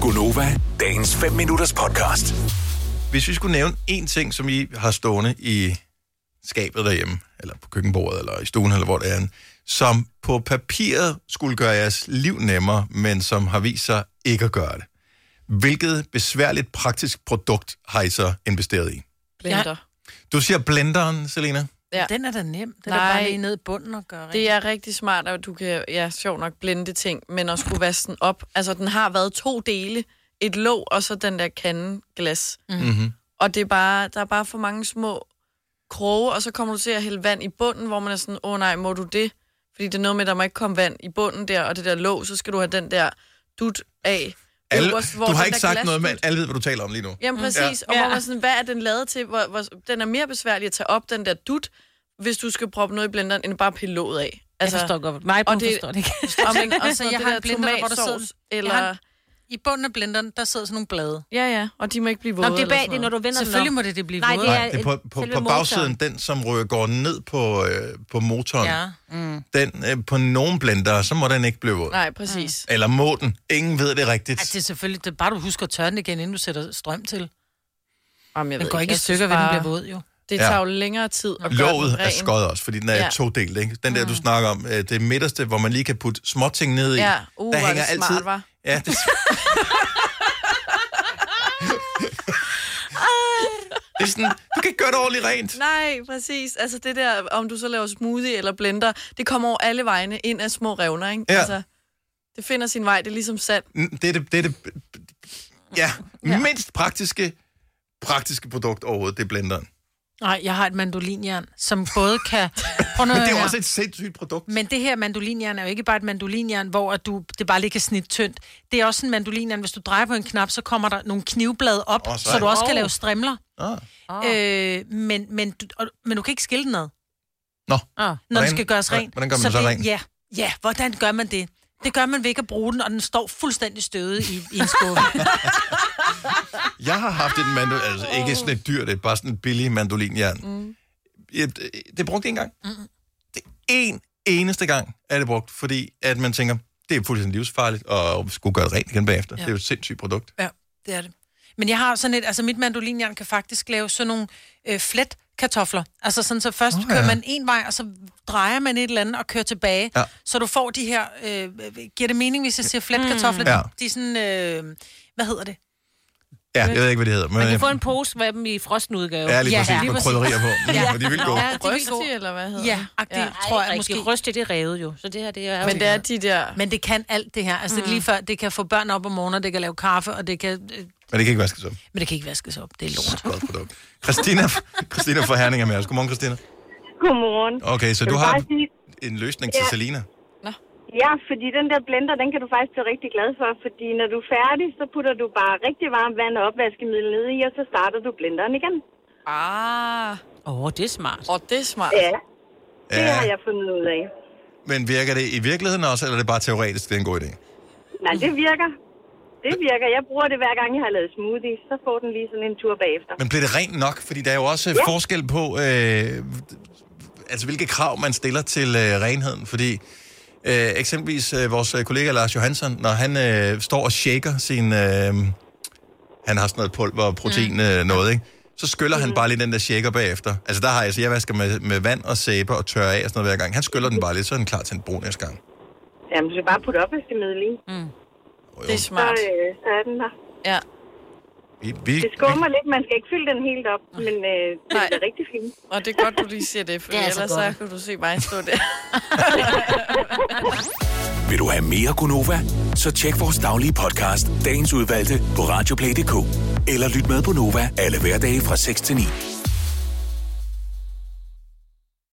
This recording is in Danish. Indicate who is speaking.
Speaker 1: Gunova, dagens 5 minutters podcast.
Speaker 2: Hvis vi skulle nævne én ting, som I har stående i skabet derhjemme, eller på køkkenbordet, eller i stuen, eller hvor det er, som på papiret skulle gøre jeres liv nemmere, men som har vist sig ikke at gøre det. Hvilket besværligt praktisk produkt har I så investeret i?
Speaker 3: blender.
Speaker 2: Du siger blenderen, Selena.
Speaker 3: Ja.
Speaker 4: Den er da nem. Den er
Speaker 3: Nej.
Speaker 4: bare lige ned i bunden og gøre
Speaker 3: Det er rigtig smart, at du kan, ja, sjov nok, blende ting, men at skulle vaske den op. Altså, den har været to dele. Et låg, og så den der kande glas.
Speaker 2: Mm-hmm.
Speaker 3: Og det er bare, der er bare for mange små kroge, og så kommer du til at hælde vand i bunden, hvor man er sådan, åh oh, nej, må du det? Fordi det er noget med, at der må ikke komme vand i bunden der, og det der låg, så skal du have den der dut af.
Speaker 2: Alle,
Speaker 3: øverst, hvor
Speaker 2: du har
Speaker 3: den
Speaker 2: ikke
Speaker 3: der
Speaker 2: sagt noget,
Speaker 3: glasdut-
Speaker 2: men alle ved, hvad du taler om lige nu.
Speaker 3: Jamen præcis, ja. og
Speaker 4: Ja.
Speaker 3: hvor man sådan, hvad er den lavet til? Hvor, hvor, den er mere besværlig at tage op, den der dut, hvis du skal proppe noget i blenderen, end bare pille låget af.
Speaker 5: Altså, jeg forstår godt. Mig
Speaker 3: og
Speaker 5: og
Speaker 3: det-
Speaker 5: det, forstår det ikke.
Speaker 3: Og men, og
Speaker 4: Altså,
Speaker 3: sådan
Speaker 4: jeg
Speaker 3: noget,
Speaker 4: har
Speaker 3: det
Speaker 4: en blender,
Speaker 3: der
Speaker 4: hvor der
Speaker 3: tomatsovs, eller...
Speaker 4: Jeg har I bunden af blenderen, der sidder sådan nogle blade.
Speaker 3: Ja, ja, og de må ikke blive våde.
Speaker 5: Nå, men det er bag, det er, når du vender
Speaker 4: Selvfølgelig
Speaker 5: den
Speaker 4: må det, det blive
Speaker 5: Nej,
Speaker 4: våde.
Speaker 5: det
Speaker 2: Nej, det er på,
Speaker 5: et-
Speaker 2: på,
Speaker 5: selve
Speaker 2: på
Speaker 5: motoren.
Speaker 2: bagsiden, den som rører, går ned på, øh, på motoren, ja.
Speaker 4: Ja.
Speaker 2: den øh, på nogen blender, så må den ikke blive våd.
Speaker 3: Nej, præcis.
Speaker 2: Eller må den. Ingen ved det rigtigt.
Speaker 4: Ja, det er selvfølgelig, det er bare du husker at tørre den igen, inden du sætter strøm til.
Speaker 3: Jamen, jeg ved
Speaker 4: Den går ikke i
Speaker 3: jeg synes
Speaker 4: stykker, ved den
Speaker 3: bare,
Speaker 4: bliver våd jo.
Speaker 3: Det
Speaker 2: Ja.
Speaker 3: tager jo længere tid at gøre
Speaker 2: Låget
Speaker 3: den
Speaker 2: er
Speaker 3: ren.
Speaker 2: skåret også, fordi den er ja.
Speaker 3: Ja. Mm.
Speaker 2: todelt, ikke? Den der, du snakker om, øh, det midterste, hvor man lige kan putte småting ned i.
Speaker 3: Ja, uh,
Speaker 2: der
Speaker 3: hvor er
Speaker 2: hænger
Speaker 3: det smart,
Speaker 2: altid...
Speaker 3: var.
Speaker 2: Ja, det... det er sådan, du kan ikke gøre det ordentligt rent.
Speaker 3: Nej, præcis. Altså det der, om du så laver smoothie eller blender, det kommer over alle vegne ind af små revner, ikke?
Speaker 2: Ja.
Speaker 3: Altså, det finder sin vej, det er ligesom sand.
Speaker 2: N- Det er det, det, er det ja, mindst praktiske, praktiske produkt overhovedet, det er blenderen.
Speaker 4: Nej, jeg har et mandolinjern, som både kan... Prøv nu,
Speaker 2: Men det er
Speaker 4: her.
Speaker 2: jo også et sindssygt produkt.
Speaker 4: Men det her mandolinjern er jo ikke bare et mandolinjern, hvor at du, det bare lige kan snit tyndt. Det er også en mandolinjern, hvis du drejer på en knap, så kommer der nogle knivblade op,
Speaker 2: Åh,
Speaker 4: oh,
Speaker 2: sejt.
Speaker 4: så du også kan
Speaker 5: Åh.
Speaker 4: lave strimler.
Speaker 2: Ah.
Speaker 5: op. Øh,
Speaker 4: Øh, men, men, du, og, men du kan ikke skille den ad,
Speaker 2: Nå,
Speaker 5: ah.
Speaker 4: når
Speaker 2: Hvordan-
Speaker 4: den skal gøres ren.
Speaker 2: hvordan gør man så
Speaker 4: det,
Speaker 2: ren?
Speaker 4: Ja, ja, hvordan gør man det? Det gør man ved ikke at bruge den, og den står fuldstændig støvet i, i en skuffe.
Speaker 2: jeg har haft et mandolin, altså ikke sådan et dyrt, det er bare sådan et billigt mandolinjern. Mm. Jeg, det, det brugte jeg ikke engang. Mm. Det en eneste gang er det brugt, fordi at man tænker, det er fuldstændig livsfarligt, og skulle gøre det rent igen bagefter. Ja. Det er jo et sindssygt produkt.
Speaker 4: Ja, det er det. Men jeg har sådan et, altså mit mandolinjern kan faktisk lave sådan nogle øh, flet kartofler. Altså sådan, så først
Speaker 2: Nå,
Speaker 4: oh,
Speaker 2: ja.
Speaker 4: kører man en vej, og så drejer man et eller andet og kører tilbage.
Speaker 2: Ja.
Speaker 4: Så du får de her, øh, giver det mening, hvis jeg siger flet kartofler?
Speaker 2: Mm. Ja.
Speaker 4: Ja. De er sådan, øh, hvad hedder det?
Speaker 2: Ja, jeg ved ikke, hvad det hedder. Men,
Speaker 5: man kan få en pose med dem i frosten udgave.
Speaker 2: Ja, lige
Speaker 4: Ja,
Speaker 2: præcis,
Speaker 4: lige
Speaker 2: med
Speaker 4: præcis.
Speaker 2: krydderier på. ja.
Speaker 4: Ja.
Speaker 2: Og de vil gå.
Speaker 5: Ja, det er vildt
Speaker 3: Røsti,
Speaker 5: godt.
Speaker 3: eller hvad hedder
Speaker 4: Ja, agtigt, ja, tror jeg måske.
Speaker 5: Måske ryste det er revet jo, så det her det er...
Speaker 3: Men det er de der...
Speaker 4: Men det kan alt det her. Altså mm. det er lige før, det kan få børn op om morgenen, og det kan lave kaffe, og det kan... Øh,
Speaker 2: Men det kan ikke vaskes op.
Speaker 4: men det kan ikke vaskes op. Det er lort.
Speaker 2: Godt produkt. Christina, Christina fra Herning er med os. Godmorgen, Christina.
Speaker 6: Godmorgen.
Speaker 2: Okay, så
Speaker 6: Jeg
Speaker 2: du
Speaker 6: vil
Speaker 2: har
Speaker 6: bare sige,
Speaker 2: en løsning til
Speaker 6: Ja.
Speaker 2: Selina.
Speaker 6: ja, fordi den der blender, den kan du faktisk blive rigtig glad for, fordi når du er færdig, så putter du bare rigtig varmt vand og opvaskemiddel ned i, og så starter du blenderen igen.
Speaker 3: Ah,
Speaker 5: Åh, oh, det er smart.
Speaker 3: og det er smart.
Speaker 6: Ja, det har jeg fundet ud af.
Speaker 2: Men virker det i virkeligheden også, eller er det bare teoretisk, det er en god idé?
Speaker 6: Nej, det virker. Det virker. Jeg bruger det hver gang, jeg har lavet smoothie, så får den lige sådan en tur bagefter.
Speaker 2: Men bliver det rent nok? Fordi der er jo også ja. forskel på, øh, altså hvilke krav man stiller til øh, renheden. Fordi øh, eksempelvis øh, vores øh, kollega Lars Johansson, når han øh, står og shaker sin, øh, han har sådan noget pulver og protein mm. øh, noget, ikke? så skyller mm. han bare lige den der shaker bagefter. Altså der har jeg, så jeg vasker med, med vand og sæbe og tørrer af og sådan noget hver gang. Han skyller den bare lidt, så er den klar til en brun næste gang.
Speaker 6: Jamen, du skal bare putte opvaskemiddel i,
Speaker 2: Jo, jo,
Speaker 3: Det er
Speaker 6: så,
Speaker 3: smart.
Speaker 6: øh, så er den der.
Speaker 3: Ja.
Speaker 2: vi, vi,
Speaker 6: Det skummer lidt. Man skal ikke fylde den helt op, men øh, det
Speaker 3: Nej.
Speaker 6: er rigtig fint.
Speaker 3: Og det er godt, du lige siger det, for
Speaker 5: Det er altså
Speaker 3: ellers så
Speaker 5: godt.
Speaker 3: kunne du se mig stå der.
Speaker 1: Vil du have mere Gunova? Så tjek vores daglige podcast, dagens udvalgte, på radioplay.dk. Eller lyt med på Nova alle hverdage fra 6 til 9.